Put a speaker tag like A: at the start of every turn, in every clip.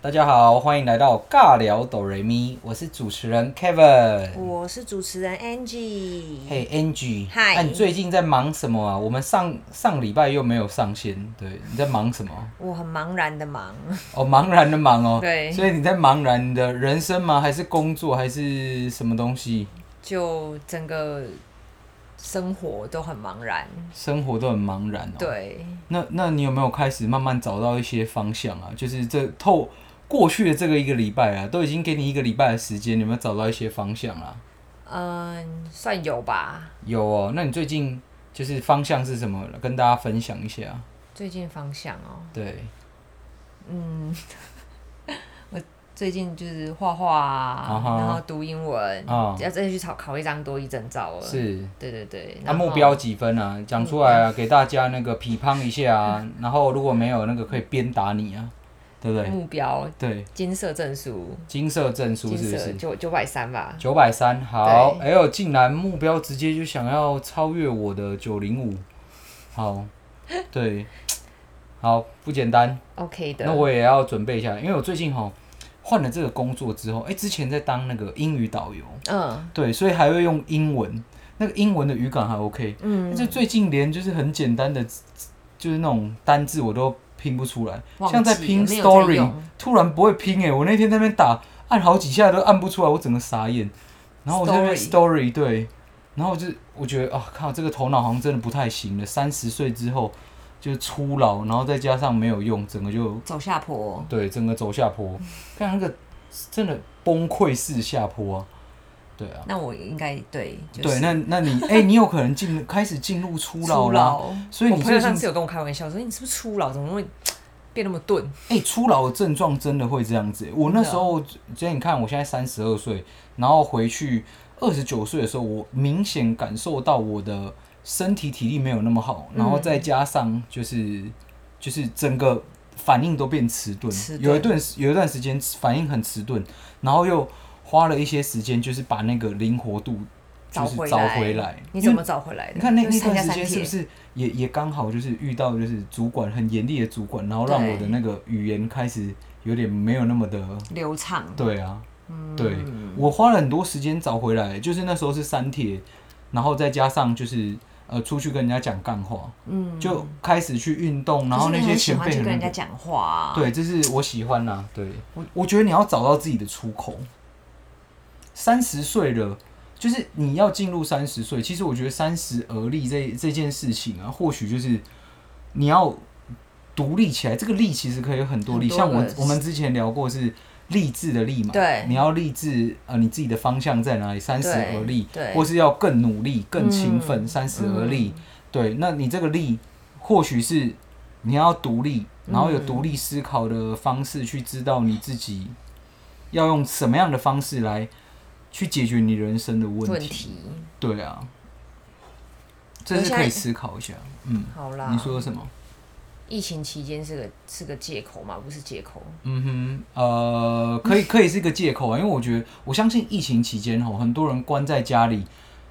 A: 大家好，欢迎来到尬聊哆瑞咪，我是主持人 Kevin。
B: 我是主持人 Angie。
A: 嘿、a n g i e
B: 嗨
A: 那、你最近在忙什么啊？我们上上礼拜又没有上线，对，你在忙什么？
B: 我很茫然的忙，
A: 哦，茫然的忙哦。
B: 对
A: 所以你在茫然你的人生吗？还是工作？还是什么东西？
B: 就整个生活都很茫然。
A: 生活都很茫然哦。。
B: 对，
A: 那那你有没有开始慢慢找到一些方向啊？就是这透过去的这个一个礼拜啊，都已经给你一个礼拜的时间，你有没有找到一些方向啊？
B: 嗯，算有吧。
A: 有哦，那你最近就是方向是什么？跟大家分享一下。
B: 最近方向哦，
A: 对，
B: 最近就是画画啊
A: 啊哈
B: 然后读英文，
A: 啊
B: 要再去考考一张多一证照了。，
A: 是。
B: 对对对。
A: 那、
B: 然后
A: 目标几分啊？讲出来啊，给大家那个批判一下 啊。然后如果没有那个，可以鞭打你啊，对不对？
B: 目标
A: 对，
B: 金色证书，
A: 金色证书
B: 嗯金
A: 是不
B: 色
A: 是？
B: 九九百三吧。
A: 九百三，好，哎
B: 对
A: 呦，竟然目标直接就想要超越我的九零五，好，对，好不简单，
B: OK 的。
A: 那我也要准备一下，因为我最近哈换了这个工作之后，哎、之前在当那个英语导游，
B: 嗯
A: 对，所以还会用英文，那个英文的语感还 OK，
B: 嗯，
A: 就最近连就是很简单的，就是那种单字我都拼不出来，
B: 忘记
A: 像
B: 了
A: 在拼
B: 没有在
A: story，
B: 用
A: 突然不会拼哎、我那天在那边打按好几下都按不出来，我整个傻眼。然后我在那边 story 对，然后我就我觉得啊靠，这个头脑好像真的不太行了。三十岁之后就是初老，然后再加上没有用，整个就
B: 走下坡。
A: 对整个走下 坡，看那个真的崩溃式下坡啊，对啊。
B: 那我应该对，就是、
A: 对，那那你哎、你有可能进开始进入初老啦，所以
B: 我
A: 你
B: 朋友
A: 最
B: 上
A: 近
B: 次有跟我开玩笑说：“你是不是初老？怎么会变那么钝
A: 哎、初老的症状真的会这样子欸、我那
B: 哦
A: 时候，今天你看，我现在三十二岁，然后回去二十九岁的时候，我明显感受到我的身体体力没有那么好，然
B: 嗯
A: 后再加上就是、就是整个反应都变迟钝
B: 迟，钝
A: 有一段有一段时间反应很迟钝，然后又花了一些时间，就是把那个灵活度就
B: 找
A: 是
B: 回
A: 找
B: 来？
A: 回来。
B: 你怎么找回来的？
A: 你看那
B: 就是
A: 那
B: 参
A: 段时
B: 加三
A: 间是不
B: 铁
A: 是也也刚好就是遇到就是主管很严厉的主管，然后让我的
B: 对
A: 那个语言开始有点没有那么的
B: 流畅？
A: 对啊，
B: 嗯
A: 对我花了很多时间找回来，就是那时候是删帖，然后再加上就是呃出去跟人家讲干话，
B: 嗯，
A: 就开始去运动，然后
B: 可
A: 那
B: 是你
A: 些
B: 很喜
A: 前
B: 欢
A: 辈
B: 去
A: 很
B: 跟人家
A: 认可
B: 讲话、啊，，
A: 对，这是我喜欢呐、对我我觉得你要找到自己的出口。三十岁了，就是你要进入三十岁。其实我觉得三十而立这这件事情啊，或许就是你要独立起来。这个立其实可以有很多立，
B: 很多
A: 像我
B: 个
A: 我们之前聊过是励志的励嘛，
B: 对
A: 你要励志呃你自己的方向在哪里，三十
B: 对
A: 而立，
B: 对嗯
A: 或是要更努力、更勤奋，三十而立。对，那你这个力或许是你要独立，然后有独立思考的方式去知道你自己要用什么样的方式来去解决你人生的问题。
B: 问题。
A: 对啊，这
B: 我
A: 是
B: 现
A: 可以
B: 在
A: 思考一下。嗯，
B: 好啦，
A: 你说什么？
B: 疫情期间是个是个借口嘛？不是借口，
A: 嗯哼，呃，可以可以是一个借口啊，因为我觉得我相信疫情期间吼，很多人关在家里，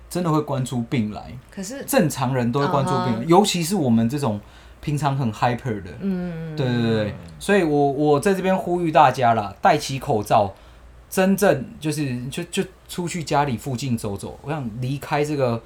A: 真的会关出病来。
B: 可是
A: 正常人都会关注病人尤其是我们这种平常很 hyper 的，
B: 嗯，
A: 对对对，所以我我在这边呼吁大家啦，戴起口罩，真正就是就就出去家里附近走走，我想离开这个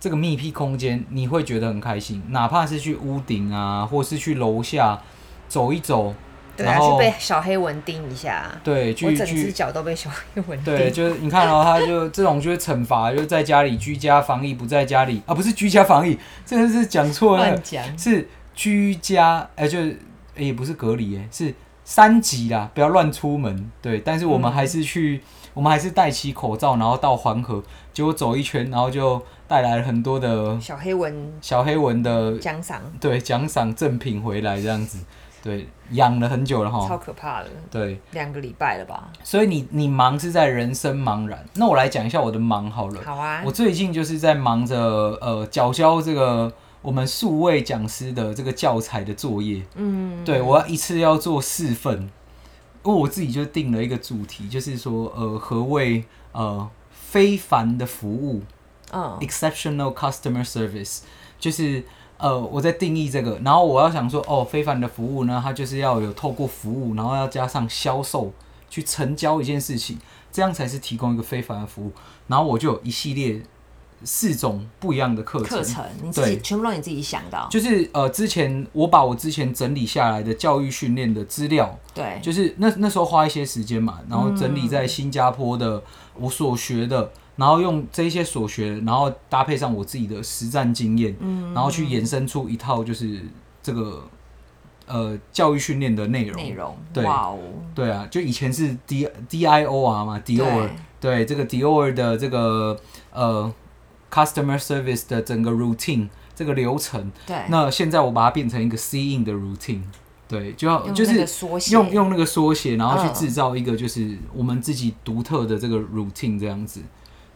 A: 这个密闭空间，你会觉得很开心，哪怕是去屋顶啊，或是去楼下走一走，
B: 对啊，
A: 然后
B: 去被小黑蚊叮一下，
A: 对，
B: 我
A: 去
B: 整
A: 去
B: 只脚都被小黑蚊叮。
A: 对，就是你看哦，他就这种就是惩罚，就在家里居家防疫，不在家里啊，不是居家防疫，这个是讲错了
B: 乱，讲
A: 是居家，哎、就是、哎也不是隔离，哎，是三级啦，不要乱出门。对，但是我
B: 嗯
A: 们还是去，我们还是戴起口罩，然后到黄河，结果走一圈，然后就带来了很多的
B: 小黑蚊
A: 小黑蚊的
B: 奖赏，
A: 对奖赏赠品回来，这样子，对，养了很久了
B: 超
A: 哈，
B: 可怕的，
A: 对。
B: 两个礼拜了吧？
A: 所以你你忙是在人生茫然，那我来讲一下我的忙好了。
B: 好啊
A: 我，最近就是在忙着呃缴交这个我们数位讲师的这个教材的作业，
B: 嗯，
A: 对我要一次要做四份，因为我自己就定了一个主题，就是说呃何谓呃非凡的服务
B: 嗯，哦
A: （exceptional customer service），就是呃，我在定义这个，然后我要想说，哦，非凡的服务呢，它就是要有透过服务，然后要加上销售去成交一件事情，这样才是提供一个非凡的服务。然后我就有一系列四种不一样的课
B: 课
A: 程，
B: 程你自己
A: 对
B: 全部都你自己想的哦、
A: 就是呃，之前我把我之前整理下来的教育训练的资料，
B: 对，
A: 就是那那时候花一些时间嘛，然后整理
B: 嗯
A: 在新加坡的我所学的，然后用这些所学，然后搭配上我自己的实战经验，
B: 嗯
A: 然后去延伸出一套就是这个呃教育训练的内容
B: 内。容，
A: 对
B: 哇哦，
A: 对啊，就以前是 D D I O R 嘛，Dior，对这个 Dior 的这个呃 customer service 的整个 routine 这个流程，
B: 对，
A: 那现在我把它变成一个 C in 的 routine，对，就要
B: 用
A: 就
B: 那
A: 是
B: 个缩写
A: 用用那个缩写，然后去
B: 嗯
A: 制造一个就是我们自己独特的这个 routine 这样子。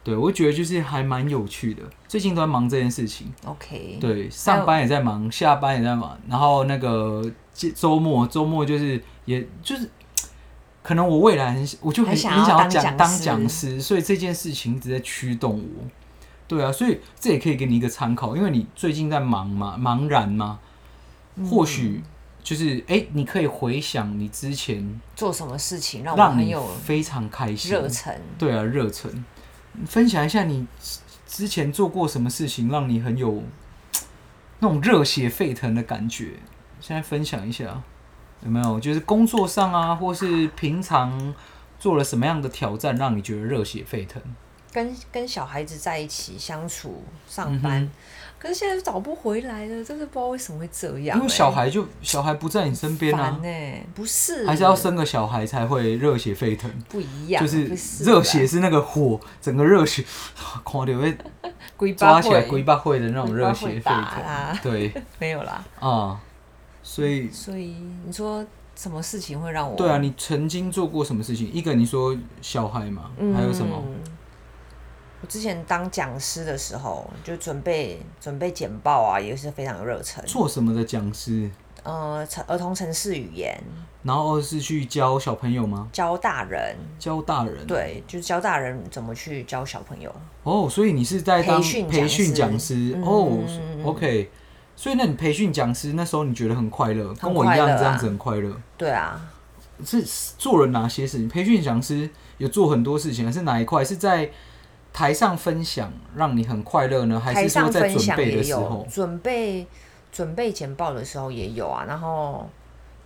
A: 对，我觉得就是还蛮有趣的。最近都在忙这件事情，
B: OK，
A: 对，上班也在忙，下班也在忙，然后那个周周末周末就是也就是。可能我未来很我就很
B: 很想要
A: 很想要
B: 当
A: 讲
B: 讲
A: 当
B: 师
A: 讲师，所以这件事情一直在驱动我。对啊，所以这也可以给你一个参考，因为你最近在忙嘛，茫然嘛，
B: 嗯
A: 或许就是哎、诶你可以回想你之前
B: 做什么事情让我
A: 让
B: 很
A: 你
B: 有
A: 非常开心，
B: 热忱，
A: 对啊，热忱。分享一下你之之前做过什么事情让你很有那种热血沸腾的感觉？现在分享一下，有没有？就是工作上啊，或是平常做了什么样的挑战，让你觉得热血沸腾？
B: 跟跟小孩子在一起相处、
A: 嗯
B: 上
A: 哼
B: 班，可是现在找不回来了，真的不知道为什么会这样、欸
A: 因为小孩就小孩不在你身边啊
B: 烦，呢、不是，
A: 还是要生个小孩才会热血沸腾。
B: 不一样，
A: 就
B: 不啊
A: 是热血
B: 啦，
A: 是那个火，整个热血， 狂流会
B: 鬼
A: 抓
B: 巴
A: 起来
B: 会
A: 龟巴会的那种热血沸
B: 鬼巴会打
A: 腾
B: 啦。
A: 对
B: 没有啦，
A: 啊、所以
B: 所以你说什么事情会让我
A: 对啊，，你曾经做过什么事情？一个你说小孩嘛，
B: 嗯
A: 还有什么？
B: 我之前当讲师的时候，就准备准备简报啊，也是非常有热忱。
A: 做什么的讲师？
B: 呃，成儿童城市语言
A: 然后是去教小朋友吗？
B: 教大人，
A: 教大人？
B: 对，就是教大人怎么去教小朋友。
A: 哦，所以你是在当
B: 培训
A: 培训讲
B: 讲
A: 师
B: 师
A: 哦
B: 嗯嗯嗯
A: ，OK。所以那你培训讲师那时候你觉得很快乐，跟我一
B: 快
A: 样
B: 乐
A: 这样
B: 啊
A: 子很快乐。
B: 对啊，
A: 是做了哪些事情？培训讲师有做很多事情，还是哪一块是在台上分享让你很快乐呢？还
B: 台
A: 是说
B: 上
A: 在
B: 分
A: 准
B: 享
A: 备的
B: 也
A: 时
B: 有
A: 候，？
B: 准备准备简报的时候也有啊，然后。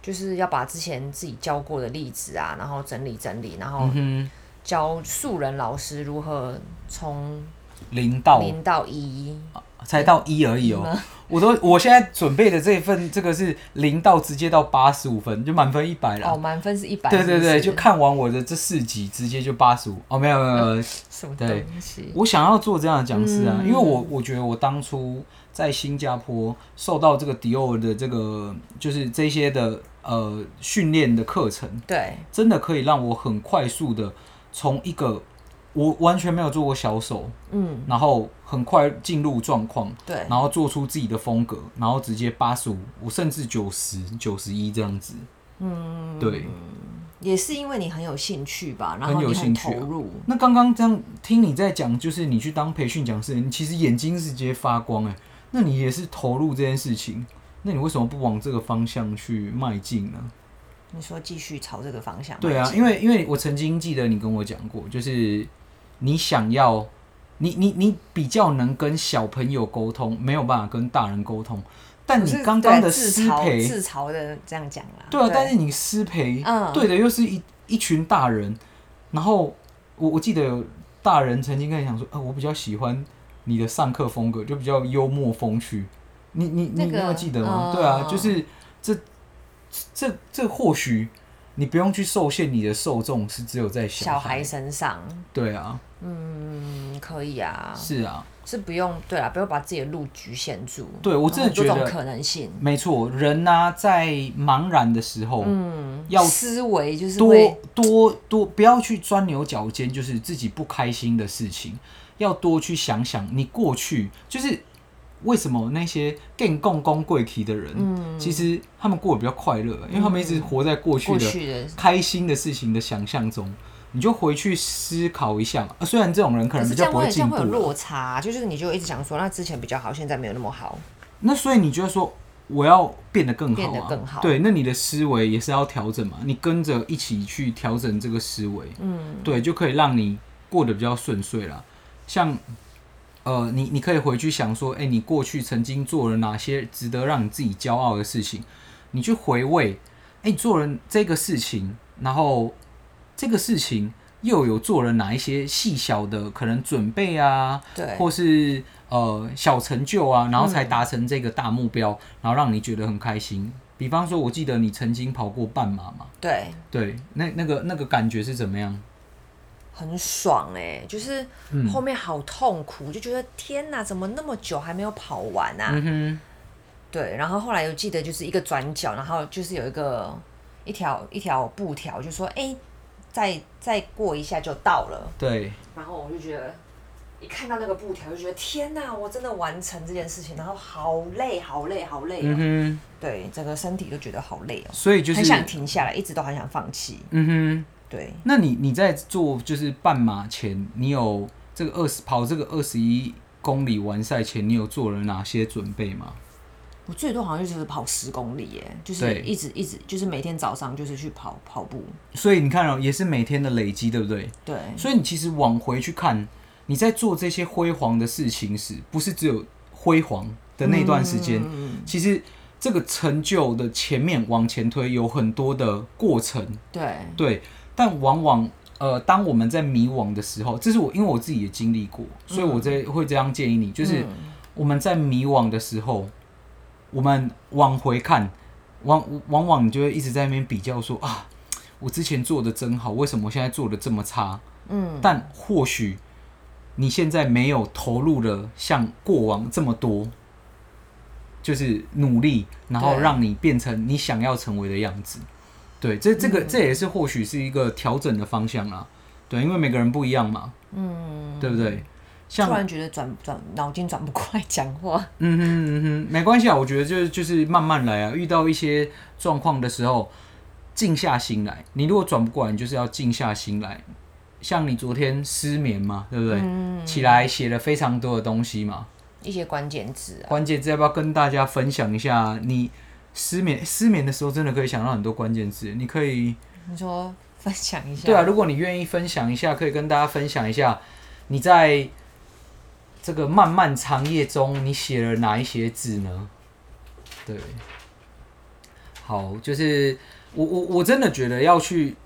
B: 就是要把之前自己教过的例子啊，然后整理整理，然后
A: 嗯
B: 教素人老师如何从
A: 哼，零到
B: 零到一，
A: 才到一而已哦、我都我现在准备的这一份，这个是零到直接到八十五分，就满分一百
B: 哦，
A: 了。
B: 满分是一百，
A: 对对对，
B: 是
A: 就
B: 不是
A: 看完我的这四集，直接就八十五。哦，没有没有没有，
B: 什么
A: 对
B: 东西，
A: 我想要做这样的讲师啊，
B: 嗯
A: 因为我我觉得我当初在新加坡受到这个迪奥的这个就是这些的呃训练的课程，
B: 对，
A: 真的可以让我很快速的从一个我完全没有做过销售，
B: 嗯，
A: 然后很快进入状况，
B: 对，
A: 然后做出自己的风格，然后直接八十五，我甚至九十、九十一这样子。嗯，对。
B: 也是因为你很有兴趣吧，然
A: 很
B: 后
A: 有
B: 你
A: 兴
B: 很
A: 趣啊
B: 投入，
A: 那刚刚这样听你在讲，就是你去当培训讲师，你其实眼睛是直接发光哎、那你也是投入这件事情，那你为什么不往这个方向去迈进呢？
B: 你说继续朝这个方向迈进，
A: 对啊，因为因为我曾经记得你跟我讲过，就是你想要，你你你比较能跟小朋友沟通，没有办法跟大人沟通。但
B: 我
A: 你
B: 是
A: 刚刚的
B: 对自
A: 师
B: 嘲
A: 培，
B: 自嘲的这样讲啦，
A: 对啊，但是你师培，
B: 嗯
A: 对的又是一一群大人，然后我我记得有大人曾经跟你讲说，呃，我比较喜欢你的上课风格，就比较幽默风趣。你你你、
B: 那
A: 你
B: 个
A: 有记得吗？
B: 嗯
A: 对啊，
B: 嗯
A: 就是这这这或许你不用去受限你的受众是只有在
B: 小
A: 孩
B: 孩身上，
A: 对啊，
B: 嗯，可以啊，
A: 是啊，
B: 是不用对啊，不用把自己的路局限住，
A: 对我真的
B: 哦有很多
A: 觉
B: 种
A: 得
B: 可能性，
A: 没错，人呐、在茫然的时候，
B: 嗯，
A: 要
B: 思维就是
A: 多
B: 会
A: 多多，不要去钻牛角尖，就是自己不开心的事情，要多去想想你过去就是为什么那些更共工贵体的人，其实他们过得比较快乐，因为他们一直活在过去
B: 嗯过
A: 的
B: 去的
A: 开心的事情的想象中。你就回去思考一下嘛，呃虽然这种人可
B: 可
A: 能
B: 是
A: 比
B: 这
A: 较
B: 样
A: 不
B: 会
A: 会
B: 这
A: 进
B: 样
A: 步啊
B: 会有啊
A: 啦，
B: 落差，就是你就一直想说，那之前比较好，现在没有那么好，
A: 那所以你觉得说我要变得更好、啊，
B: 变得更好
A: 对，那你的思维也是要调整嘛，你跟着一起去调整这个思维，嗯，对，就可以让你过得比较顺遂啦。像呃，你你可以回去想说，哎、你过去曾经做了哪些值得让你自己骄傲的事情，你去回味，哎、你做了这个事情，然后这个事情又有做了哪一些细小的可能准备啊，
B: 对嗯
A: 或是呃小成就啊，然后才达成这个大目标，然后让你觉得很开心。比方说，我记得你曾经跑过半马嘛，
B: 对，
A: 对，那那个那个感觉是怎么样？
B: 很爽哎、就是
A: 嗯
B: 后面好痛苦，就觉得天哪，怎么那么久还没有跑完啊？
A: 嗯
B: 对，然后后来又记得就是一个转角，然后就是有一个一条一条布条，就说哎、再再过一下就到了
A: 哼，。对，
B: 然后我就觉得，一看到那个布条就觉得天哪，我真的完成这件事情，然后好累，好累，好累、哦。
A: 嗯
B: 对，整个身体都觉得好累哦
A: 哼，，所以就是
B: 很想停下来，一直都很想放弃。
A: 嗯哼。
B: 对，
A: 那你你在做就是半马前，你有这个二十跑这个二十一公里完赛前，你有做了哪些准备吗？
B: 我最多好像就是跑十公里耶，就是
A: 对
B: 一直一直就是每天早上就是去跑跑步。
A: 所以你看哦，也是每天的累积，对不对？
B: 对，
A: 所以你其实往回去看，你在做这些辉煌的事情时，不是只有辉煌的那段时间，其实这个成就的前面往前推有很多的过程，
B: 对，
A: 对，但往往呃，当我们在迷惘的时候，这是我因为我自己也经历过，所以我这会这样建议你，就是我们在迷惘的时候，我们往回看，往往往你就会一直在那边比较说啊，我之前做的真好，为什么我现在做的这么差？
B: 嗯，
A: 但或许你现在没有投入了像过往这么多。就是努力，然后
B: 对
A: 让你变成你想要成为的样子。对，这这
B: 嗯
A: 个这也是或许是一个调整的方向啦。对，因为每个人不一样嘛。嗯，对不对？像
B: 突然觉得转转脑筋转不过来讲话。
A: 嗯哼嗯哼，没关系啊，我觉得就是就是慢慢来啊。遇到一些状况的时候，静下心来。你如果转不过来，你就是要静下心来。像你昨天失眠嘛，对不对？起来写了非常多的东西嘛，
B: 一些关键字啊，
A: 关键字要不要跟大家分享一下？你失眠失眠的时候，真的可以想到很多关键字。你可以
B: 你说分享一下。
A: 对啊，，如果你愿意分享一下，可以跟大家分享一下你在这个漫漫长夜中，你写了哪一些字呢？对，好，就是我我我真的觉得要去，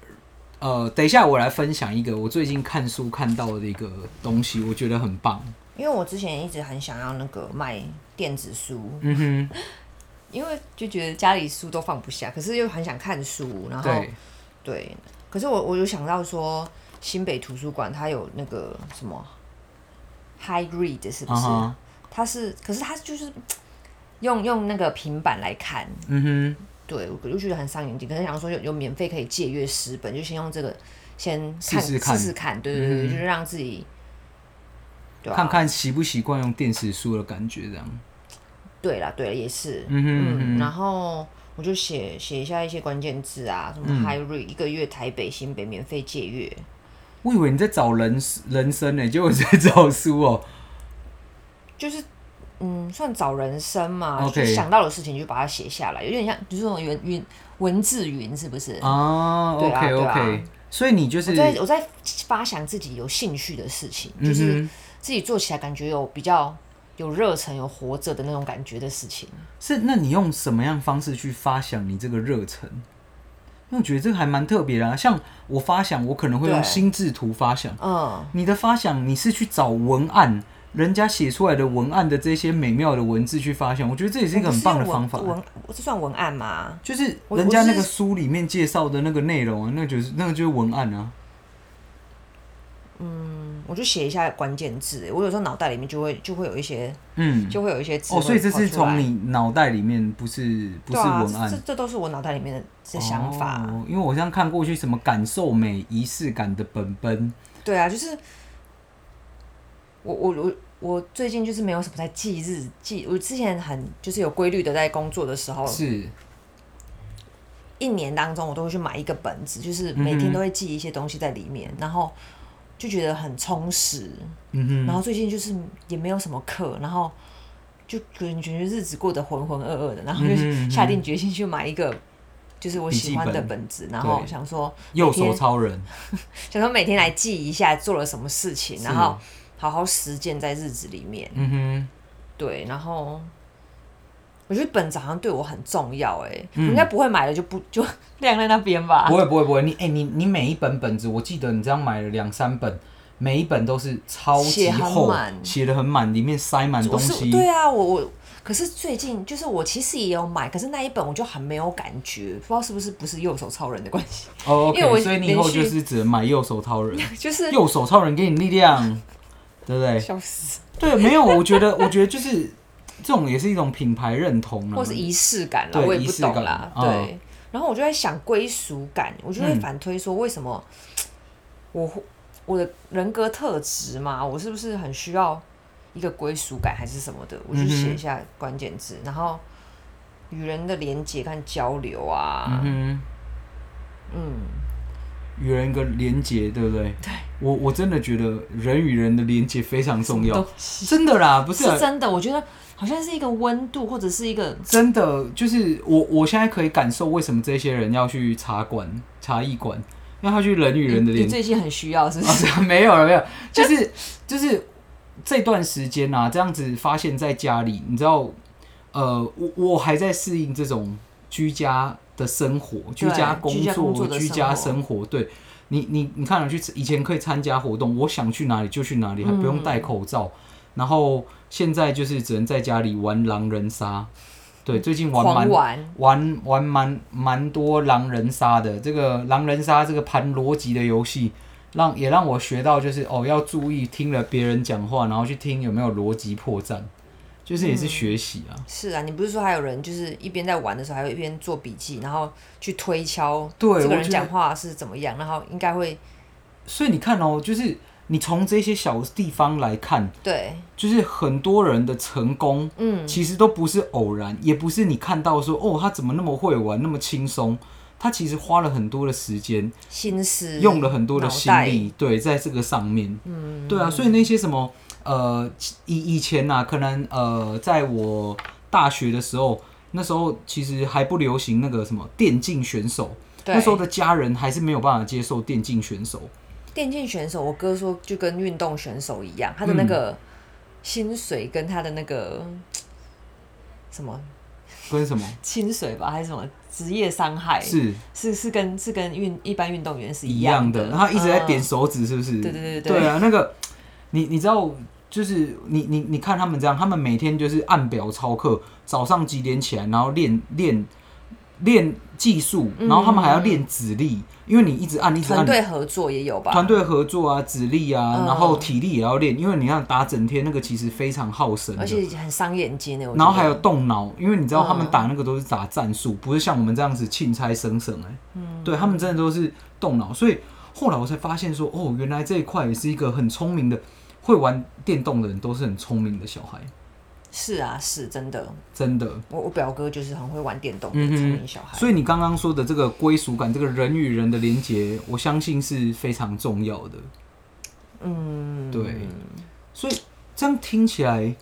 A: 呃，等一下我来分享一个我最近看书看到的一个东西，我觉得很棒。
B: 因为我之前一直很想要那个卖电子书，
A: 嗯
B: 因为就觉得家里书都放不下，可是又很想看书，然
A: 哼，
B: 后
A: 对，
B: 对可是我我有想到说新北图书馆它有那个什么 High Read 是不
A: 啊
B: 是？
A: 哈，
B: 它是，可是它就是用用那个平板来看，
A: 嗯
B: 对我就觉得很伤眼睛。可是想说有有免费可以借阅十本，就先用这个先
A: 试
B: 看
A: 试看
B: 试看，对对对，就是让自己。对
A: 哼，
B: 啊
A: 看看习不习惯用电子书的感觉，这样。
B: 对啦，对啦，也是，
A: 嗯哼嗯
B: 嗯，然后我就写写一下一些关键字啊，什么
A: 嗯
B: High Read、一个月台北、新北免费借阅，
A: 我以为你在找人人生呢、结果你在找书哦、
B: 就是嗯，算找人生嘛
A: OK
B: 就想到的事情就把它写下来，有点像就是那种云云文字云，是不是？
A: 哦
B: 对啊
A: OK
B: 对啊
A: OK，所以你就
B: 我
A: 是嗯
B: 在我在发想自己有兴趣的事情，就是自己做起来感觉有比较有热忱、有活着的那种感觉的事情。
A: 是那你用什么样方式去发想你这个热忱？因为我觉得这个还蛮特别的、啊，像我发想，我可能会用
B: 对
A: 心智图发想。
B: 嗯，
A: 你的发想，你是去找文案，人家写出来的文案的这些美妙的文字去发想，我觉得这也是一个很棒的方法
B: 我。不是用文文这算文案吗？
A: 就是
B: 我
A: 人家
B: 我是
A: 那个书里面介绍的那个内容啊，那就是那个就是文案啊。
B: 我就写一下关键字，欸我有时候脑袋里面就会就会有一些
A: 嗯，
B: 就会有一些词
A: 哦，
B: 汇
A: 所以这
B: 跑
A: 是
B: 出来
A: 从你脑袋里面，不是不
B: 对
A: 是
B: 啊，
A: 文案。
B: 这这都是我脑袋里面的这想法。
A: 哦因为我像看过去什么感受美仪式感的本本，
B: 对啊，就是我我我我最近就是没有什么在记日记，我之前很就是有规律的在工作的时候，
A: 是
B: 一年当中我都会去买一个本子，
A: 嗯
B: 就是每天都会记一些东西在里面，然后就觉得很充实。
A: 嗯
B: 然后最近就是也没有什么课，然后就感觉日子过得浑浑噩噩的，然后就
A: 嗯哼嗯哼
B: 下定决心去买一个就是我
A: 笔记
B: 喜欢的
A: 本
B: 本子，然后
A: 嗯对
B: 想说
A: 右
B: 每
A: 手
B: 天
A: 超人，
B: 想说每天来记一下做了什么事情，
A: 是
B: 然后好好实践在日子里面。
A: 嗯哼，
B: 对，然后我觉得本子好像对我很重要哎、欸，
A: 嗯
B: 我应该不会买了就不就晾在那边吧
A: 不？会不会不会，你哎、你你每一本本子，我记得你这样买了两三本，每一本都是超级
B: 写很
A: 厚，
B: 满
A: 写的很满，里面塞满
B: 我
A: 东
B: 是
A: 西。
B: 对啊，我我可是最近就是我其实也有买，可是那一本我就很没有感觉，不知道是不是不是右手超人的关系，
A: 哦
B: 因为我
A: ，OK，所以你以后
B: 连续
A: 就是只能买右手超人，
B: 就是
A: 右手超人给你力量，对不对？
B: 笑死，
A: 对，没有，我觉得我觉得就是这种也是一种品牌认同啊啦，
B: 或是仪式感啦，
A: 嗯对
B: 我也
A: 仪
B: 不
A: 式
B: 懂
A: 感
B: 啦，
A: 嗯
B: 对。然后我就在想归属感，我就会
A: 嗯
B: 反推说为什么我会我的人格特质嘛，我是不是很需要一个归属感还是什么的？我就
A: 嗯哼
B: 写一下关键字，然后与人的连接跟交流啊，
A: 嗯
B: 嗯，
A: 哼，与人一个连接，对不对？对，我我真的觉得人与人的连接非常重要
B: 都，
A: 真的啦，不是啊
B: 是真的，我觉得好像是一个温度或者是一个
A: 真的，就是我我现在可以感受为什么这些人要去茶馆、茶艺馆，因为他去人与人的
B: 你
A: 连
B: 最近很需要是不
A: 啊
B: 是？
A: 是啊，没有了，没有，就是就是这段时间啊，这样子发现在家里，你知道，呃，我我还在适应这种居家的生活，居家工
B: 居家工作
A: 作、
B: 的
A: 居家生活，对。你你你看了去以前可以参加活动，我想去哪里就去哪里，还
B: 嗯
A: 不用戴口罩。然后现在就是只能在家里玩狼人杀，对，最近玩蛮
B: 狂玩，
A: 玩玩蛮蛮多狼人杀的，这个狼人杀这个盘逻辑的游戏，让也让我学到就是哦要注意听了别人讲话，然后去听有没有逻辑破绽，就是也是学习啊。
B: 是啊，你不是说还有人就是一边在玩的时候，还会一边做笔记，然后去推敲
A: 对
B: 这
A: 我
B: 个
A: 觉
B: 人
A: 得
B: 讲话是怎么样，然后应该会
A: 所以你看哦，就是你从这些小地方来看，
B: 对，
A: 就是很多人的成功，
B: 嗯，
A: 其实都不是偶然，也不是你看到说哦他怎么那么会玩，那么轻松，他其实花了很多的时间，
B: 心思
A: 用了很多的
B: 脑
A: 心
B: 袋
A: 力，对，在这个上面，嗯，对啊，所以那些什么呃，以以前呐、啊，可能呃，在我大学的时候，那时候其实还不流行那个什么电竞选手，
B: 对
A: 那时候的家人还是没有办法接受电竞选手，
B: 电竞选手，我哥说就跟运动选手一样，他的
A: 嗯
B: 那个薪水跟他的那个什么
A: 跟什么
B: 薪水吧，还是什么职业伤害，
A: 是
B: 是是跟是跟运一般运动员是
A: 一
B: 样
A: 样的，然后一直在点
B: 嗯
A: 手指，是不是？
B: 对对对对
A: 对。啊，那个你你知道，就是你你你看他们这样，他们每天就是按表操课，早上几点起来，然后练练练技术，然后他们还要练指力，因为你一直按一直
B: 嗯团
A: 按。
B: 队合作也有吧？
A: 团队合作啊，指力啊，
B: 嗯
A: 然后体力也要练，因为你看打整天那个其实非常耗神
B: 而
A: 的，
B: 且很伤眼睛欸的，我觉
A: 然后
B: 得
A: 还有动脑，因为你知道他们
B: 嗯
A: 打那个都是打战术，不是像我们这样子钦差生生哎、嗯，对他们真的都是动脑，所以后来我才发现说，哦，原来这一块也是一个很聪明的，会玩电动的人都是很聪明的小孩，
B: 是啊，是真的。
A: 真的。
B: 我我表哥就是很会玩电动的
A: 嗯
B: 聪
A: 哼
B: 明小孩，
A: 所以你刚刚说的这个归属感，这个人与人的连接，我相信是非常重要的。嗯，对。所以这样听起来，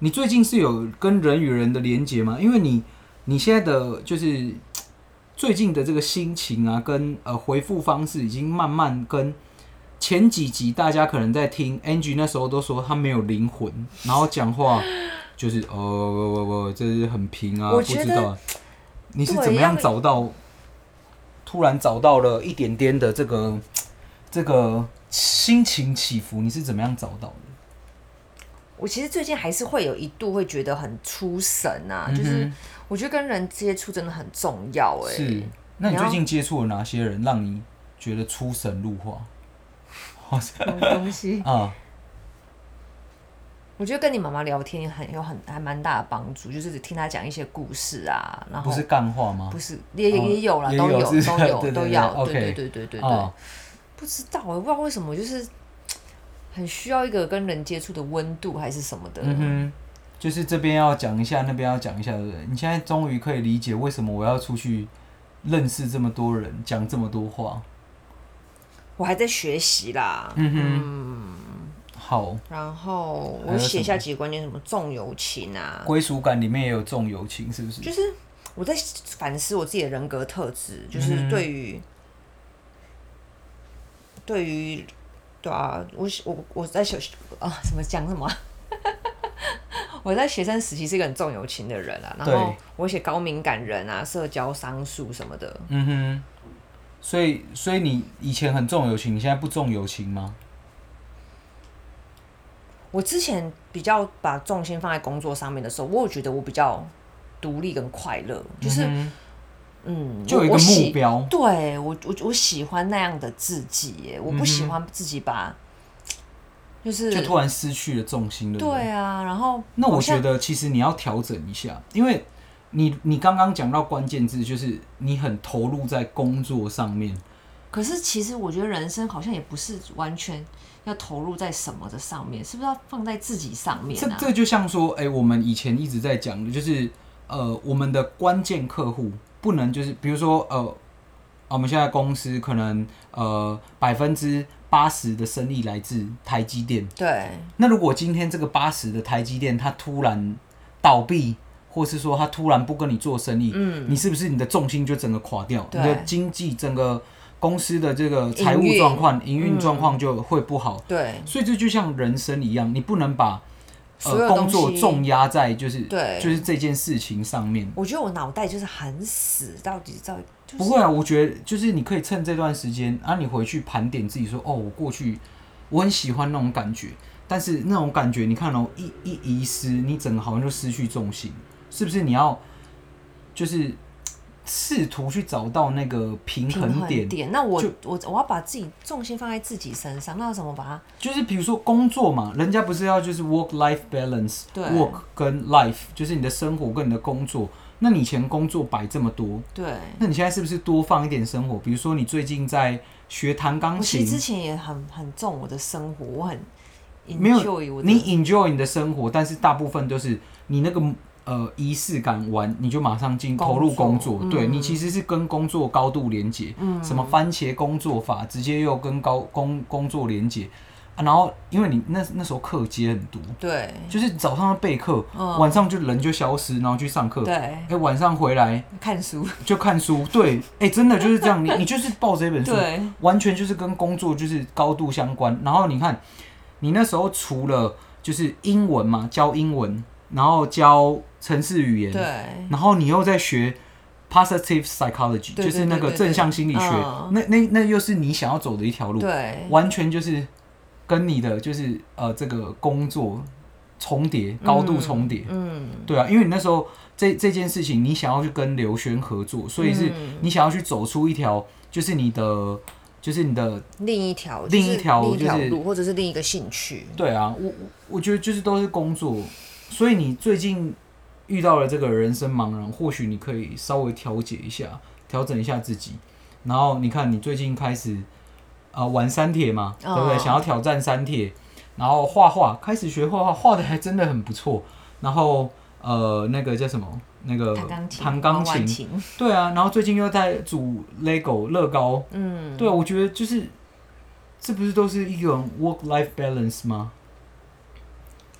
A: 你最近是有跟人与人的连接吗？因为你你现在的就是最近的这个心情啊，跟呃回复方式已经慢慢跟。前几集大家可能在听 Angie 那时候都说她没有灵魂，然后讲话就是哦，我我我这是很平啊，
B: 我
A: 不
B: 觉
A: 知
B: 得
A: 道啊你是
B: 对
A: 怎么样
B: 要
A: 找到？突然找到了一点点的这个这个心情起伏，你是怎么样找到的？
B: 我其实最近还是会有一度会觉得很出神啊，
A: 嗯哼
B: 就是我觉得跟人接触真的很重要哎、
A: 是，那你
B: 你要
A: 最近接触了哪些人，让你觉得出神入化？好像？
B: 什么东西
A: 啊，
B: 我觉得跟你妈妈聊天很有很还蛮大的帮助，就是听她讲一些故事啊，然后
A: 不是干话吗
B: 不？是也
A: 哦
B: 也有啦，
A: 也
B: 都
A: 有
B: 有
A: 是不是
B: 都 有
A: 对对对
B: 都要，
A: OK
B: 对对对对对对
A: 啊，，
B: 不知道我不知道为什么就是很需要一个跟人接触的温度还是什么的，
A: 嗯哼，就是这边要讲一下，那边要讲一下，对不对？你现在终于可以理解为什么我要出去认识这么多人，讲这么多话。嗯
B: 我还在学习啦，嗯
A: 嗯哼，好，
B: 然后
A: 还有
B: 我
A: 什
B: 写
A: 么
B: 下几个关键，什么重友情啊，
A: 归属感里面也有重友情，是不是？
B: 就是我在反思我自己的人格特质，
A: 嗯
B: 就是对于、对于对啊，我我我在学啊，什么讲什么啊、 我在学生时期是一个很重友情的人啊，然后
A: 对
B: 我写高敏感人啊、社交商数什么的，
A: 嗯哼。所以，所以你以前很重友情，你现在不重友情吗？
B: 我之前比较把重心放在工作上面的时候，我有觉得我比较独立跟快乐，就是
A: 嗯
B: 嗯，
A: 就有
B: 我
A: 一个
B: 我喜
A: 目标
B: 对我我我喜欢那样的自己耶，我不喜欢自己把、就
A: 嗯
B: 是
A: 就突然失去了重心，对不
B: 对啊，然后
A: 那我
B: 好像
A: 觉得其实你要调整一下，因为你你刚刚讲到关键字，就是你很投入在工作上面。
B: 可是其实我觉得人生好像也不是完全要投入在什么的上面，是不是要放在自己上面
A: 这
B: 啊？
A: 这就像说，哎、我们以前一直在讲的就是，呃，我们的关键客户不能就是，比如说，呃，啊我们现在公司可能呃百分之八十的生意来自台积电，
B: 对，
A: 那如果今天这个八十的台积电它突然倒闭，或是说它突然不跟你做生意，嗯，你是不是你的重心就整个垮掉？你的
B: 对
A: 经济整个公司的这个财务
B: 营运嗯
A: 状况、营运状况就会不好。
B: 对，
A: 所以这就像人生一样，你不能把
B: 所
A: 呃
B: 有东
A: 工
B: 西
A: 作重压在就是
B: 对
A: 就是这件事情上面。
B: 我觉得我脑袋就是很死，到底到底就是
A: 不会啊，我觉得就是你可以趁这段时间啊，你回去盘点自己说，哦，我过去我很喜欢那种感觉，但是那种感觉你看哦，一一遗失，你整个好像就失去重心，是不是？你要就是试图去找到那个平
B: 平
A: 衡
B: 衡
A: 点，
B: 点。那我
A: 就
B: 我我要把自己重心放在自己身上，那要怎么把它？
A: 就是比如说工作嘛，人家不是要就是 work life
B: 对
A: balance，work 跟 life 就是你的生活跟你的工作。那你以前工作摆这么多，
B: 对，
A: 那你现在是不是多放一点生活？比如说你最近在学弹钢
B: 我其
A: 琴
B: 实，之前也很很重我的生活，我很
A: 没
B: enjoy
A: 有
B: 我
A: 你
B: 的
A: enjoy 你的生活，但是大部分都是你那个呃仪式感完，你就马上进
B: 工作
A: 投入工作，
B: 嗯
A: 对你其实是跟工作高度连接，嗯，什么番茄工作法直接又跟高工工作连接、啊，然后因为你那那时候课接很多，
B: 对
A: 就是早上备课，
B: 嗯
A: 晚上就人就消失，然后去上课。哎、
B: 对
A: 晚上回来
B: 看书，
A: 就看书。对，哎、真的就是这样。你你就是抱着一本书，
B: 对
A: 完全就是跟工作就是高度相关。然后你看，你那时候除了就是英文嘛，教英文，然后教城市语言，
B: 对
A: 然后你又在学 positive psychology，
B: 对
A: 就是那
B: 对
A: 个
B: 对对
A: 正向心理学。
B: 嗯
A: 那那那又是你想要走的一条路。
B: 对
A: 完全就是跟你的就是呃这个工作重叠，高度重叠。
B: 嗯，
A: 对啊，因为你那时候这这件事情，你想要去跟刘轩合作，所以是
B: 嗯
A: 你想要去走出一条就是你的就是你的
B: 另一条
A: 另一条
B: 就是另一条
A: 就是
B: 路，或者是另一个兴趣。
A: 对啊，我我我觉得就是都是工作，所以你最近遇到了这个人生茫然，或许你可以稍微调节一下，调整一下自己。然后你看，你最近开始啊、呃玩三铁嘛，对
B: 哦
A: 不对？想要挑战三铁，然后画画，开始学画画，画的还真的很不错。然后呃，那个叫什么？那个
B: 呃弹钢琴，
A: 弹钢
B: 玩
A: 琴，
B: 玩琴，
A: 对啊。然后最近又在组 LEGO 乐高，
B: 嗯，
A: 对啊，我觉得就是这不是都是一种 work life balance 吗？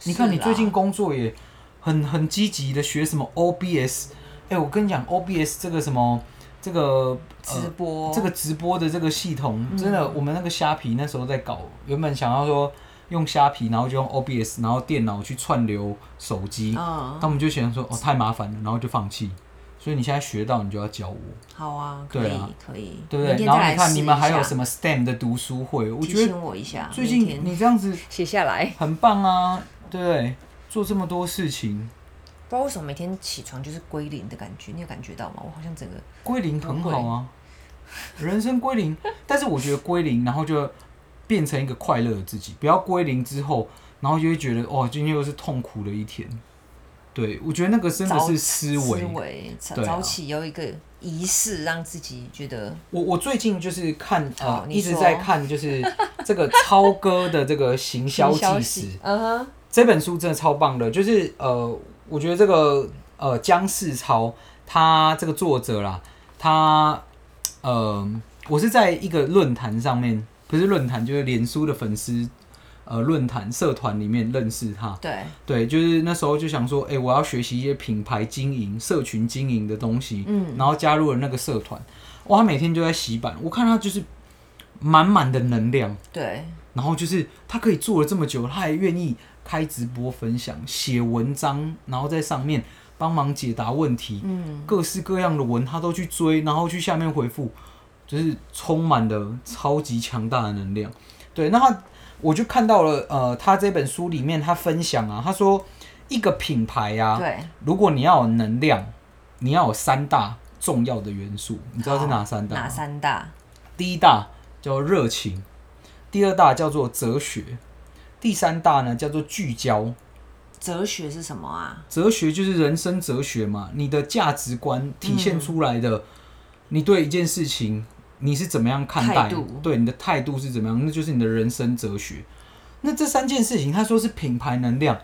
A: 你看
B: 是啊
A: 你最
B: 啦
A: 近工作也很很积极的学什么 OBS，哎、我跟你讲 OBS 这个什么这个呃
B: 直播嗯
A: 这个直播的这个系统，真的，我们那个虾皮那时候在搞，原本想要说用虾皮，然后就用 OBS，然后电脑去串流手机，
B: 嗯
A: 但，我们就想说哦太麻烦了，然后就放弃。所以你现在学到，你就要教我，
B: 好啊，可
A: 对
B: 以
A: 啊
B: 可以，
A: 对不
B: 明
A: 对？
B: 天
A: 然后
B: 再
A: 你
B: 来
A: 看
B: 试
A: 你
B: 一
A: 们还有
B: 下
A: 什么 STEM 的读书会，我
B: 提
A: 觉得
B: 醒我一下，
A: 最
B: 明
A: 近
B: 天
A: 你这样子
B: 写下来。
A: 很棒啊，对不对？做这么多事情，
B: 不知道为什么每天起床就是归零的感觉，你有感觉到吗？我好像整个
A: 归零很好啊，人生归 零。但是我觉得归零，然后就变成一个快乐的自己，不要归零之后，然后就会觉得哦，今天又是痛苦的一天。对，我觉得那个真的
B: 早
A: 是思维。
B: 早
A: 对啊
B: 早起有一个仪式，让自己觉得
A: 我我最近就是看呃
B: 好，你
A: 一直
B: 说
A: 在看就是这个超哥的这个行 销纪实
B: 息。嗯哼，
A: 这本书真的超棒的，就是呃，我觉得这个呃姜世超他这个作者啦，他呃，我是在一个论坛上面，不是论坛，就是脸书的粉丝呃论坛社团里面认识他。
B: 对，
A: 对，就是那时候就想说，哎、我要学习一些品牌经营、社群经营的东西，
B: 嗯，
A: 然后加入了那个社团。哇，他每天就在洗版，我看他就是满满的能量，
B: 对，
A: 然后就是他可以做了这么久，他还愿意开直播分享、写文章，然后在上面帮忙解答问题，
B: 嗯，
A: 各式各样的文他都去追，然后去下面回复，就是充满了超级强大的能量。对，那他我就看到了，呃，他这本书里面他分享啊，他说一个品牌啊，
B: 对，
A: 如果你要有能量，你要有三大重要的元素，你知道是哪三大吗？
B: 哪三大？
A: 第一大叫热情，第二大叫做哲学，第三大呢叫做聚焦。
B: 哲学是什么啊？
A: 哲学就是人生哲学嘛，你的价值观体现出来
B: 嗯
A: 的，你对一件事情你是怎么样看
B: 态
A: 待
B: 度，
A: 对你的态度是怎么样，那就是你的人生哲学。那这三件事情，他说是品牌能量，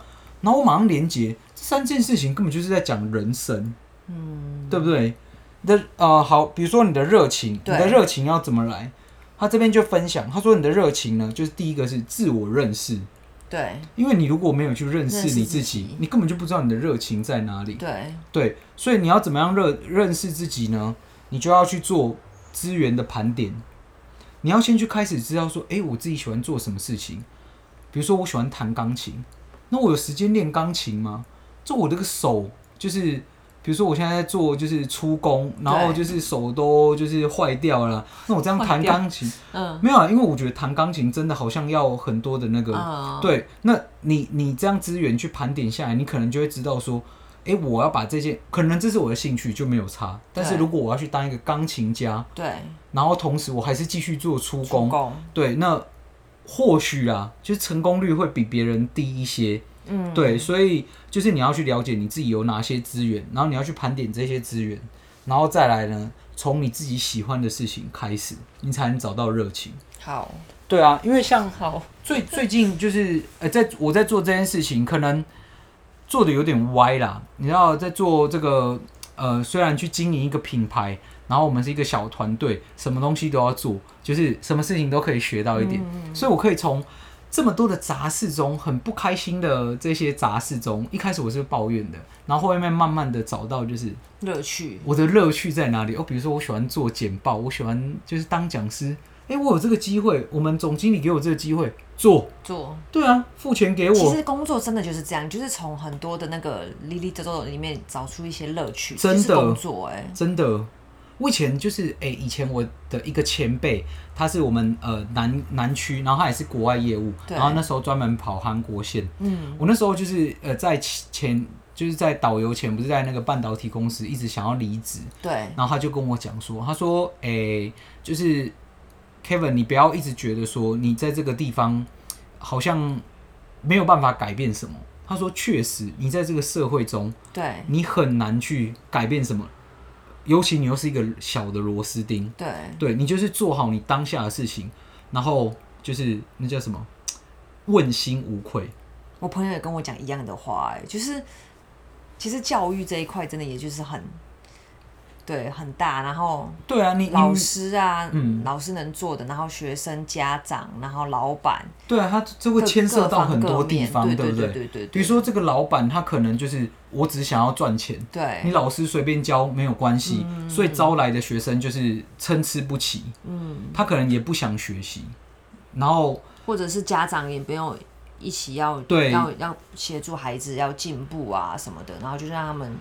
A: 然后我马上连接这三件事情，根本就是在讲人生，嗯，对不对？你的呃，好，比如说你的热情，你
B: 对
A: 的热情要怎么来？他这边就分享，他说你的热情呢，就是第一个是自我认识，
B: 对，
A: 因为你如果没有去认
B: 认
A: 识
B: 识
A: 你
B: 自
A: 自
B: 己
A: 己，你根本就不知道你的热情在哪里。
B: 对，
A: 对，所以你要怎么样认认识自己呢？你就要去做资源的盘点，你要先去开始知道说，诶，我自己喜欢做什么事情。比如说，我喜欢弹钢琴，那我有时间练钢琴吗？就我这个手，就是比如说我现在在做就是出工，然后
B: 对
A: 就是手都就是坏掉了，那我这样
B: 坏
A: 弹
B: 掉
A: 钢琴
B: 嗯，
A: 没有啊？因为我觉得弹钢琴真的好像要很多的那个
B: 嗯，
A: 对，那你你这样资源去盘点下来，你可能就会知道说，诶，我要把这些，可能这是我的兴趣就没有差。但是
B: 对
A: 如果我要去当一个钢琴家，
B: 对，
A: 然后同时我还是继续做出工，
B: 工，
A: 对，那或许啊，就是成功率会比别人低一些。
B: 嗯，
A: 对，所以就是你要去了解你自己有哪些资源，然后你要去盘点这些资源，然后再来呢，从你自己喜欢的事情开始，你才能找到热情。
B: 好，
A: 对啊，因为像
B: 好，
A: 最最近就是呃，在我在做这件事情，可能做的有点歪啦。你知道，在做这个呃，虽然去经营一个品牌，然后我们是一个小团队，什么东西都要做，就是什么事情都可以学到一点，所以我可以从。这么多的杂事中，很不开心的这些杂事中，一开始我是抱怨的，然后后面慢慢的找到就是
B: 乐趣，
A: 我的乐趣在哪里？哦，比如说我喜欢做简报，我喜欢就是当讲师。诶，我有这个机会，我们总经理给我这个机会做，
B: 做。
A: 对啊，付钱给
B: 其
A: 我，
B: 实工作真的就是这样，就是从很多的那个哩哩周周里面找出一些乐趣，
A: 真的
B: 就是工作哎、
A: 真的。我以前就是诶，以前我的一个前辈，他是我们呃南南区，然后他也是国外业务，
B: 对
A: 然后那时候专门跑韩国线。
B: 嗯，
A: 我那时候就是呃在前就是在导游前，不是在那个半导体公司一直想要离职，
B: 对，
A: 然后他就跟我讲说，他说：“哎、就是 Kevin，你不要一直觉得说你在这个地方好像没有办法改变什么。”他说：“确实，你在这个社会中，
B: 对，
A: 你很难去改变什么，尤其你又是一个小的螺丝钉。
B: 对，
A: 对你就是做好你当下的事情，然后就是那叫什么，问心无愧。
B: 我朋友也跟我讲一样的话、哎，就是其实教育这一块真的也就是很对很大，然后
A: 对啊，你
B: 老
A: 你
B: 师啊，
A: 嗯
B: 老师能做的，然后学生、家长，然后老板，
A: 对啊，他这会
B: 各
A: 牵涉
B: 各
A: 到
B: 方
A: 很
B: 各
A: 多地
B: 面
A: 方，
B: 对
A: 不
B: 对对对，
A: 比如说这个老板，他可能就是我只想要赚钱，你
B: 对嗯
A: 老师随便教没有关系，所以招来的学生就是参差不齐，嗯，他可能也不想学习，然后
B: 或者是家长也不用一起要
A: 对
B: 要要协助孩子要进步啊什么的，然后就让他们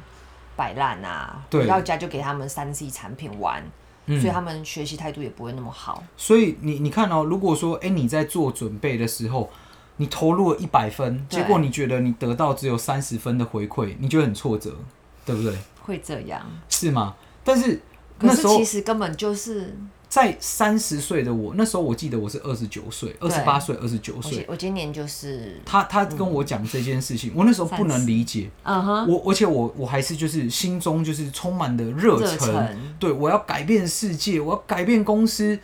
B: 摆烂啊，
A: 对嗯
B: 回到家就给他们三 C 产品玩，所以他们学习态度也不会那么好。
A: 所以你你看哦，如果说哎、诶你在做准备的时候，你投入了一百分，
B: 对
A: 结果你觉得你得到只有三十分的回馈，你就会很挫折，对不对？
B: 会这样，
A: 是吗？但是
B: 可
A: 那
B: 是
A: 时候
B: 其实根本就是
A: 在三十岁的我，那时候我记得我是二十九岁、二十八岁、二十九
B: 我
A: 岁
B: 今，我今年就是，
A: 他他跟我讲这件事情，我那时候不能理解，
B: 嗯哼，
A: 我而且我我还是就是心中就是充满的热
B: 热忱
A: 对我要改变世界，我要改变公司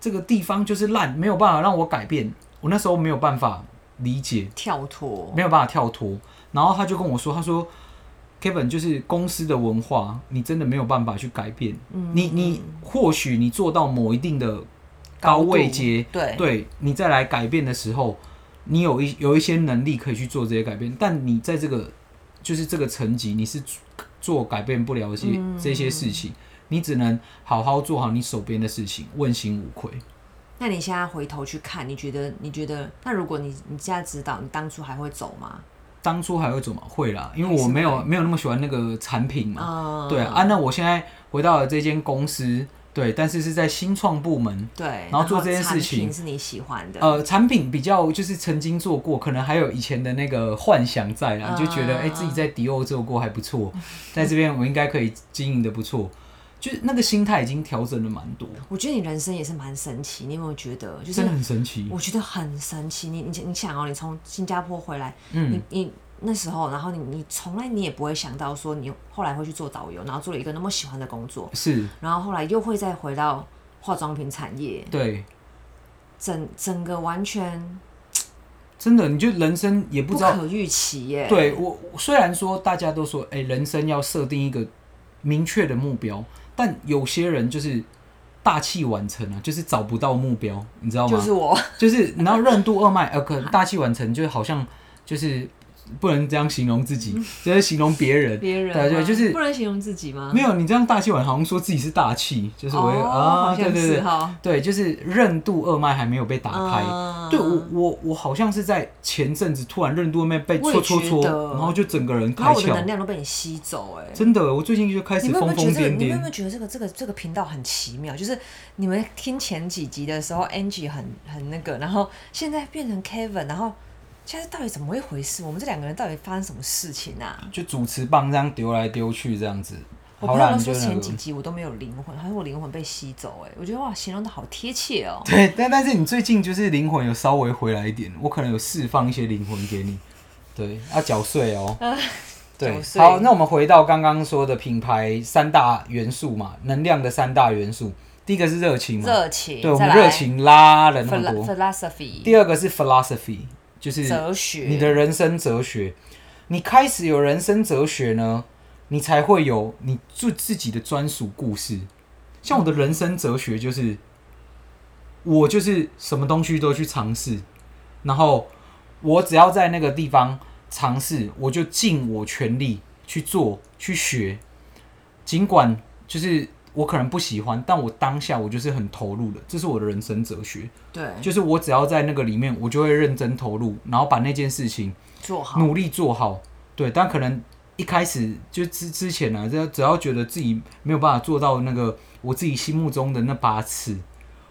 A: 这个地方就是烂，没有办法让我改变，我那时候没有办法理解，
B: 跳脱，
A: 没有办法跳脱，然后他就跟我说，他说。Kevin 就是公司的文化，你真的没有办法去改变。你你或许你做到某一定的高
B: 度
A: 位阶，
B: 对
A: 对你再来改变的时候，你有一有一些能力可以去做这些改变，但你在这个就是这个层级，你是做改变不了一些、
B: 嗯
A: 这些事情，你只能好好做好你手边的事情，问心无愧。
B: 那你现在回头去看，你觉得你觉得，那如果你你现在知道，你当初还会走吗？
A: 当初还会怎么会啦？因
B: 还
A: 为
B: 是
A: 我没有
B: 会
A: 没有那么喜欢那个产品嘛，
B: 啊、
A: 对啊。那我现在回到了这间公司，对，但是是在新创部门，
B: 对，
A: 然后做这件事情
B: 产品是你喜欢的，
A: 呃，产品比较就是曾经做过，可能还有以前的那个幻想在啦，
B: 嗯
A: 就觉得哎、诶自己在迪欧做过还不 错，在这边我应该可以经营的不错，就是那个心态已经调整了蛮多，
B: 我觉得你人生也是蛮神奇，你有没有觉得？就是
A: 真的很神奇。
B: 我觉得很神奇。你你你想哦，你从新加坡回来，
A: 嗯
B: 你你那时候，然后你你从来你也不会想到说你后来会去做导游，然后做了一个那么喜欢的工作，
A: 是
B: 然后后来又会再回到化妆品产业，
A: 对，
B: 整整个完全
A: 真的，你就人生也不
B: 不
A: 知道。
B: 可预期耶。
A: 对我我虽然说大家都说哎、诶人生要设定一个明确的目标，但有些人就是大器晚成啊，就是找不到目标，你知道吗？
B: 就是我，
A: 就是然后任督二脉，呃，可能大器晚成，就好像就是不能这样形容自 己，就是形容别人。
B: 别人
A: 对对
B: 吗
A: 就是
B: 不能形容自己吗？
A: 没有你这样大器晚成，好像说自己是大器，就是我有、
B: 哦
A: 啊，
B: 好
A: 对
B: 像
A: 对
B: 是
A: 对，
B: 哈，
A: 对，就是任督二脉还没有被打开。
B: 嗯
A: 对我我我好像是在前阵子突然任督二脉被
B: 我
A: 戳
B: 也
A: 戳
B: 觉
A: 戳，
B: 得
A: 然后就整个人
B: 然
A: 开
B: 后我的能
A: 窍。
B: 量都被你吸走，哎，
A: 真的，我最近就开
B: 你
A: 始
B: 们有没
A: 疯
B: 有觉得
A: 疯癫
B: 这个？你们有没有
A: 癫。
B: 觉得这个这个这个频道很奇妙？就是你们听前几集的时候，Angie 很很那个，然后现在变成 Kevin，然后现在到底怎么一回事？我们这两个人到底发生什么事情啊？
A: 就主持棒这样丢来丢去这样子，
B: 我
A: 好
B: 朋友
A: 啦，
B: 都
A: 你就
B: 说
A: 那
B: 前
A: 个。
B: 几集我都没有灵魂，还有我灵魂被吸走、哎，我觉得哇，形容的好贴切哦。
A: 对，但但是你最近就是灵魂有稍微回来一点，我可能有释放一些灵魂给你，对，要缴税哦。对
B: 啊缴，税
A: 好，那我们回到刚刚说的品牌三大元素嘛，能量的三大元素，第一个是热情嘛，
B: 热情，
A: 对我
B: 再
A: 们
B: 来
A: 热情拉了那么
B: philo-
A: 多。
B: philosophy
A: 第二个是 philosophy，就是
B: 哲学，
A: 你的人生哲学。你开始有人生哲学呢，你才会有你自自己的专属故事。像我的人生哲学就是，我就是什么东西都去尝试，然后我只要在那个地方尝试，我就尽我全力去做去学，尽管就是我可能不喜欢，但我当下我就是很投入的，这是我的人生哲学。
B: 对
A: 就是我只要在那个里面，我就会认真投入，然后把那件事情
B: 做好，
A: 努力做好。对，但可能一开始就之之前呢、啊，只要只要觉得自己没有办法做到那个我自己心目中的那把尺，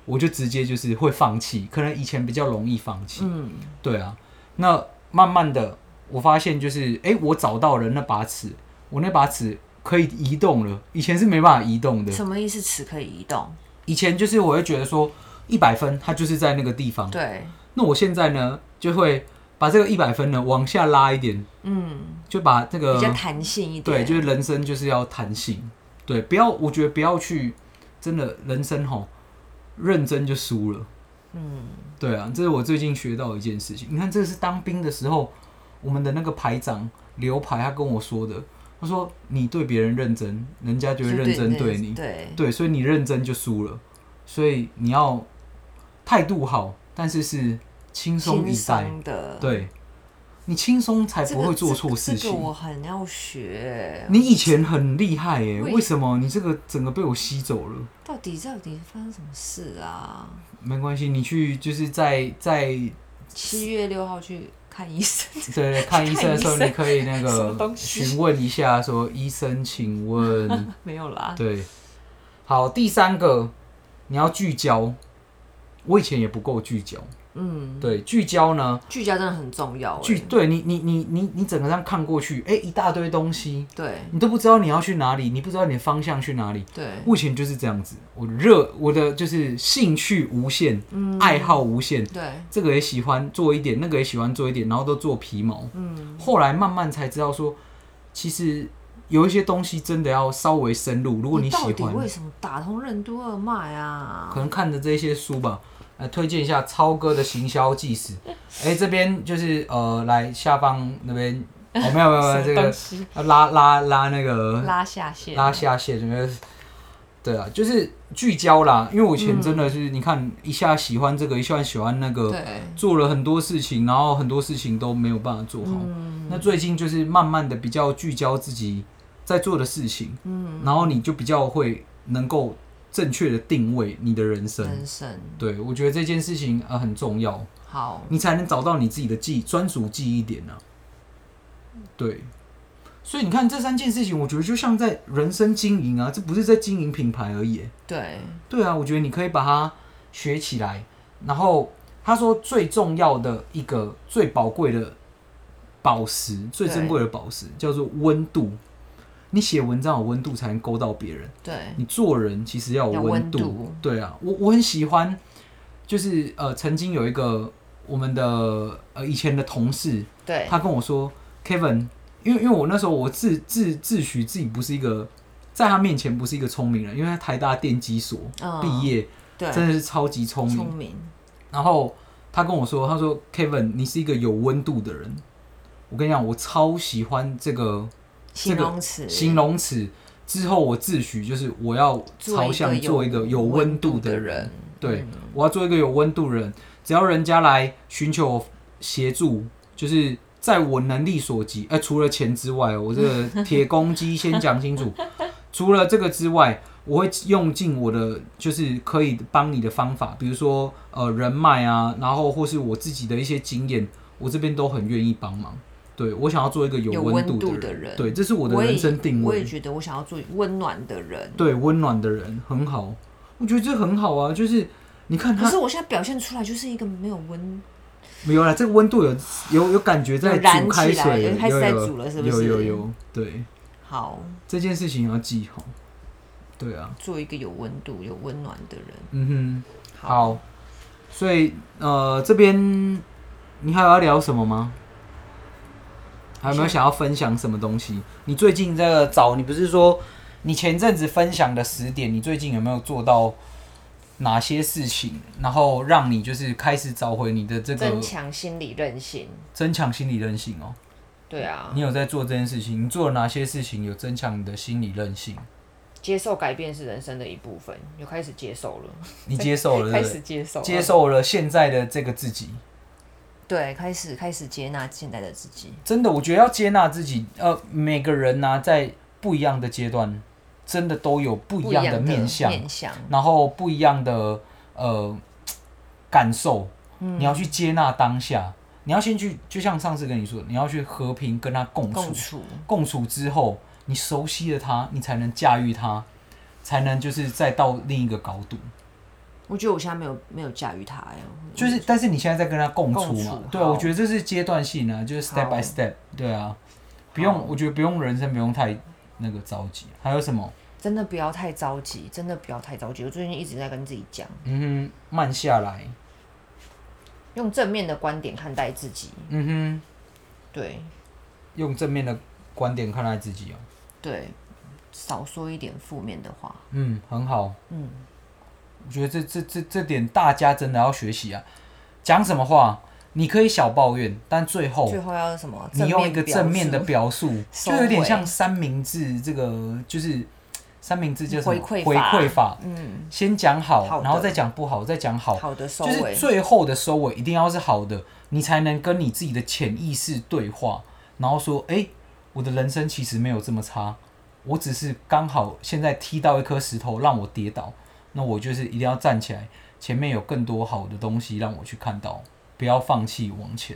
A: 我就直接就是会放弃。可能以前比较容易放弃，
B: 嗯，
A: 对啊。那慢慢的，我发现就是，诶，我找到了那把尺，我那把尺可以移动了，以前是没办法移动的。
B: 什么意思？此刻移动，
A: 以前就是我会觉得说，一百分它就是在那个地方。
B: 对，
A: 那我现在呢，就会把这个一百分呢往下拉一点，
B: 嗯，
A: 就把这
B: 比
A: 个
B: 较弹性一
A: 对，
B: 点，
A: 就是人生就是要弹性，对，不要，我觉得不要去真的人生吼认真就输了，嗯，对啊，这是我最近学到的一件事情。你看，这是当兵的时候，我们的那个排长刘排他跟我说的，他说你对别人认真，人家就会认真对你，
B: 对，
A: 对，所以你认真就输了，所以你要态度好，但是是轻松
B: 轻
A: 以待。
B: 松的，
A: 对，你轻松才
B: 这
A: 不
B: 个，
A: 会做错事
B: 这
A: 情。
B: 个、这个我很要学。
A: 你以前很厉害耶、
B: 我以
A: 为什么你这个整个被我吸走了？
B: 到底到底发生什么事啊？
A: 没关系，你去就是在在
B: 七月六号去看医生，
A: 对看医生的时候，
B: 看医生
A: 你可以那
B: 什么
A: 个
B: 东西
A: 询问一下说医生，请问
B: 没有啦。
A: 对，好，第三个你要聚焦。我以前也不够聚焦，
B: 嗯，
A: 对聚焦呢，
B: 聚焦真的很重要欸。
A: 聚对你你你你你整个这样看过去，哎、一大堆东西，
B: 对
A: 你都不知道你要去哪里，你不知道你的方向去哪里，
B: 对，
A: 目前就是这样子，我热我的就是兴趣无限，
B: 嗯
A: 爱好无限，
B: 对
A: 这个也喜欢做一点，那个也喜欢做一点，然后都做皮毛。嗯，后来慢慢才知道说，其实有一些东西真的要稍微深入。如果
B: 你
A: 喜
B: 到底
A: 欢，
B: 为什么打通任督二脉啊
A: 可？能看着这些书吧，来推荐一下超哥的行销纪 实。哎、这边就是呃，来下方那边哦，没有没 有没有，这
B: 什么东
A: 个
B: 西
A: 要拉拉拉那个
B: 拉下线，
A: 拉下线，准备。对啊，就是聚焦啦，因为我以前真的是，你看一下喜欢这个，一下喜欢那个，
B: 对，
A: 做了很多事情，然后很多事情都没有办法做好。
B: 嗯
A: 那最近就是慢慢的比较聚焦自己在做的事情，嗯，然后你就比较会能够正确的定位你的人生。
B: 人生
A: 对，我觉得这件事情啊、呃很重要，
B: 好，
A: 你才能找到你自己的记专属记忆点呢、对，所以你看这三件事情，我觉得就像在人生经营啊，这不是在经营品牌而已耶、欸
B: 对，
A: 对啊，我觉得你可以把它学起来。然后他说最重要的一个最宝贵的宝石，最珍贵的宝石叫做温度。你写文章有温度，才能勾到别人。
B: 对，
A: 你做人其实要有
B: 嗯要
A: 温
B: 温
A: 度。
B: 度
A: 对啊，我我很喜欢，就是呃，曾经有一个我们的呃以前的同事，
B: 对，
A: 他跟我说，Kevin，因为因为我那时候我自自自诩自己不是一个，在他面前不是一个聪明人，因为他台大电机所
B: 嗯
A: 毕业，
B: 对，
A: 真的是超级聪明
B: 聪。明，
A: 然后他跟我说，他说 Kevin，你是一个有温度的人。我跟你讲，我超喜欢这个
B: 形
A: 这个
B: 容词，
A: 形容词。之后我自诩就是我要
B: 做一
A: 朝
B: 个
A: 向
B: 有
A: 做一个有温度的
B: 的
A: 人
B: 人，
A: 对，我要做一个有温度的人。只要人家来寻求协助，就是在我能力所及，呃，除了钱之外，我这个铁公鸡先讲清楚， 除了这个之外，我会用尽我的就是可以帮你的方法，比如说呃人脉啊，然后或是我自己的一些经验，我这边都很愿意帮忙。对我想要做一个
B: 有
A: 温
B: 温度
A: 的
B: 的人
A: 对，这是我的
B: 也
A: 人生定
B: 我也
A: 位，
B: 觉得我想要做温暖的人，
A: 对温暖的人很好，我觉得这很好啊，就是你看
B: 可
A: 他
B: 是我现在表现出来就是一个没有温，
A: 没有啦，这个温度有有有感觉在
B: 有燃
A: 煮开
B: 起来
A: 水
B: 有
A: 了，
B: 开始
A: 有
B: 在
A: 有
B: 煮了是不是
A: 有有有，对
B: 好，
A: 这件事情要记好。对啊，
B: 做一个有温度、有温暖的人。
A: 嗯哼，好。所以呃，这边你还有要聊什么吗？还有没有想要分享什么东西？你最近这个找你不是说你前阵子分享的十点，你最近有没有做到哪些事情？然后让你就是开始找回你的这个
B: 增强心理韧性，
A: 增强心理韧性哦、
B: 对啊，
A: 你有在做这件事情？你做了哪些事情有增强你的心理韧性？
B: 接受改变是人生的一部分，又开始接受了，
A: 你接受了，对
B: 哎开
A: 不对
B: 始接受了，哦
A: 接受了现在的这个自己。
B: 对，开始开始接纳现在的自己，
A: 真的，我觉得要接纳自己。呃，每个人呢、在不一样的阶段，真的都有不一
B: 不
A: 样
B: 的
A: 的面相，
B: 面相，
A: 然后不一样的呃感受。
B: 嗯
A: 你要去接纳当下，你要先去，就像上次跟你说，你要去和平跟他共处
B: 共，处，
A: 共处之后，你熟悉了它，你才能驾驭它，才能就是再到另一个高度。
B: 我觉得我现在没有没有驾驭哎它呀，
A: 就是，但是你现在在跟他共处
B: 嗯共
A: 嘛
B: 处？
A: 对啊，
B: 好
A: 我觉得这是阶段性啊，就是 step
B: 好
A: by step。对啊，不用，我觉得不用人生不用太那个着急。还有什么？
B: 真的不要太着急，真的不要太着急。我最近一直在跟自己讲，
A: 嗯哼，慢下来。
B: 用正面的观点看待自己，
A: 嗯
B: 对
A: 哼，用正面的观点看待自己哦。
B: 对，少说一点负面的话，
A: 嗯，很好。
B: 嗯，
A: 我觉得这这这这点大家真的要学习啊。讲什么话，你可以小抱怨，但最后
B: 最后要什么？
A: 哦你用一个正面的
B: 表
A: 表述，
B: 收
A: 就
B: 回
A: 有点像三明治这个，就是三明治叫什么
B: 回馈
A: 回
B: 法
A: 馈法
B: 述，嗯，
A: 先讲好，
B: 好的
A: 然后再讲不好，再讲好，
B: 好的收
A: 就
B: 尾
A: 是，最后的收尾一定要是好的，你才能跟你自己的潜意识对话，然后说，哎、我的人生其实没有这么差，我只是刚好现在踢到一颗石头让我跌倒，那我就是一定要站起来，前面有更多好的东西让我去看到，不要放弃往前。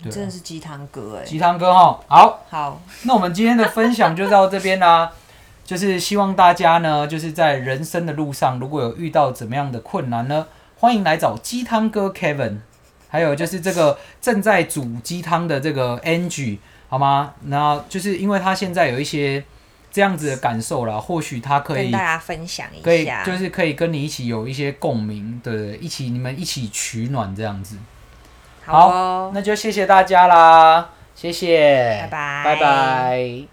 A: 对啊
B: 真的是鸡汤哥哎、
A: 鸡汤哥哈，好。
B: 好，
A: 那我们今天的分享就到这边啦、就是希望大家呢，就是在人生的路上，如果有遇到怎么样的困难呢，欢迎来找鸡汤哥 Kevin，还有就是这个正在煮鸡汤的这个 Angie，好吗？那就是因为他现在有一些这样子的感受啦，或许他可
B: 跟
A: 以
B: 大家分享一
A: 可以
B: 下，
A: 就是可以跟你一起有一些共鸣，对不对？一起你们一起取暖这样子。
B: 好哦，
A: 那就谢谢大家啦，谢谢，
B: 拜拜
A: 拜拜。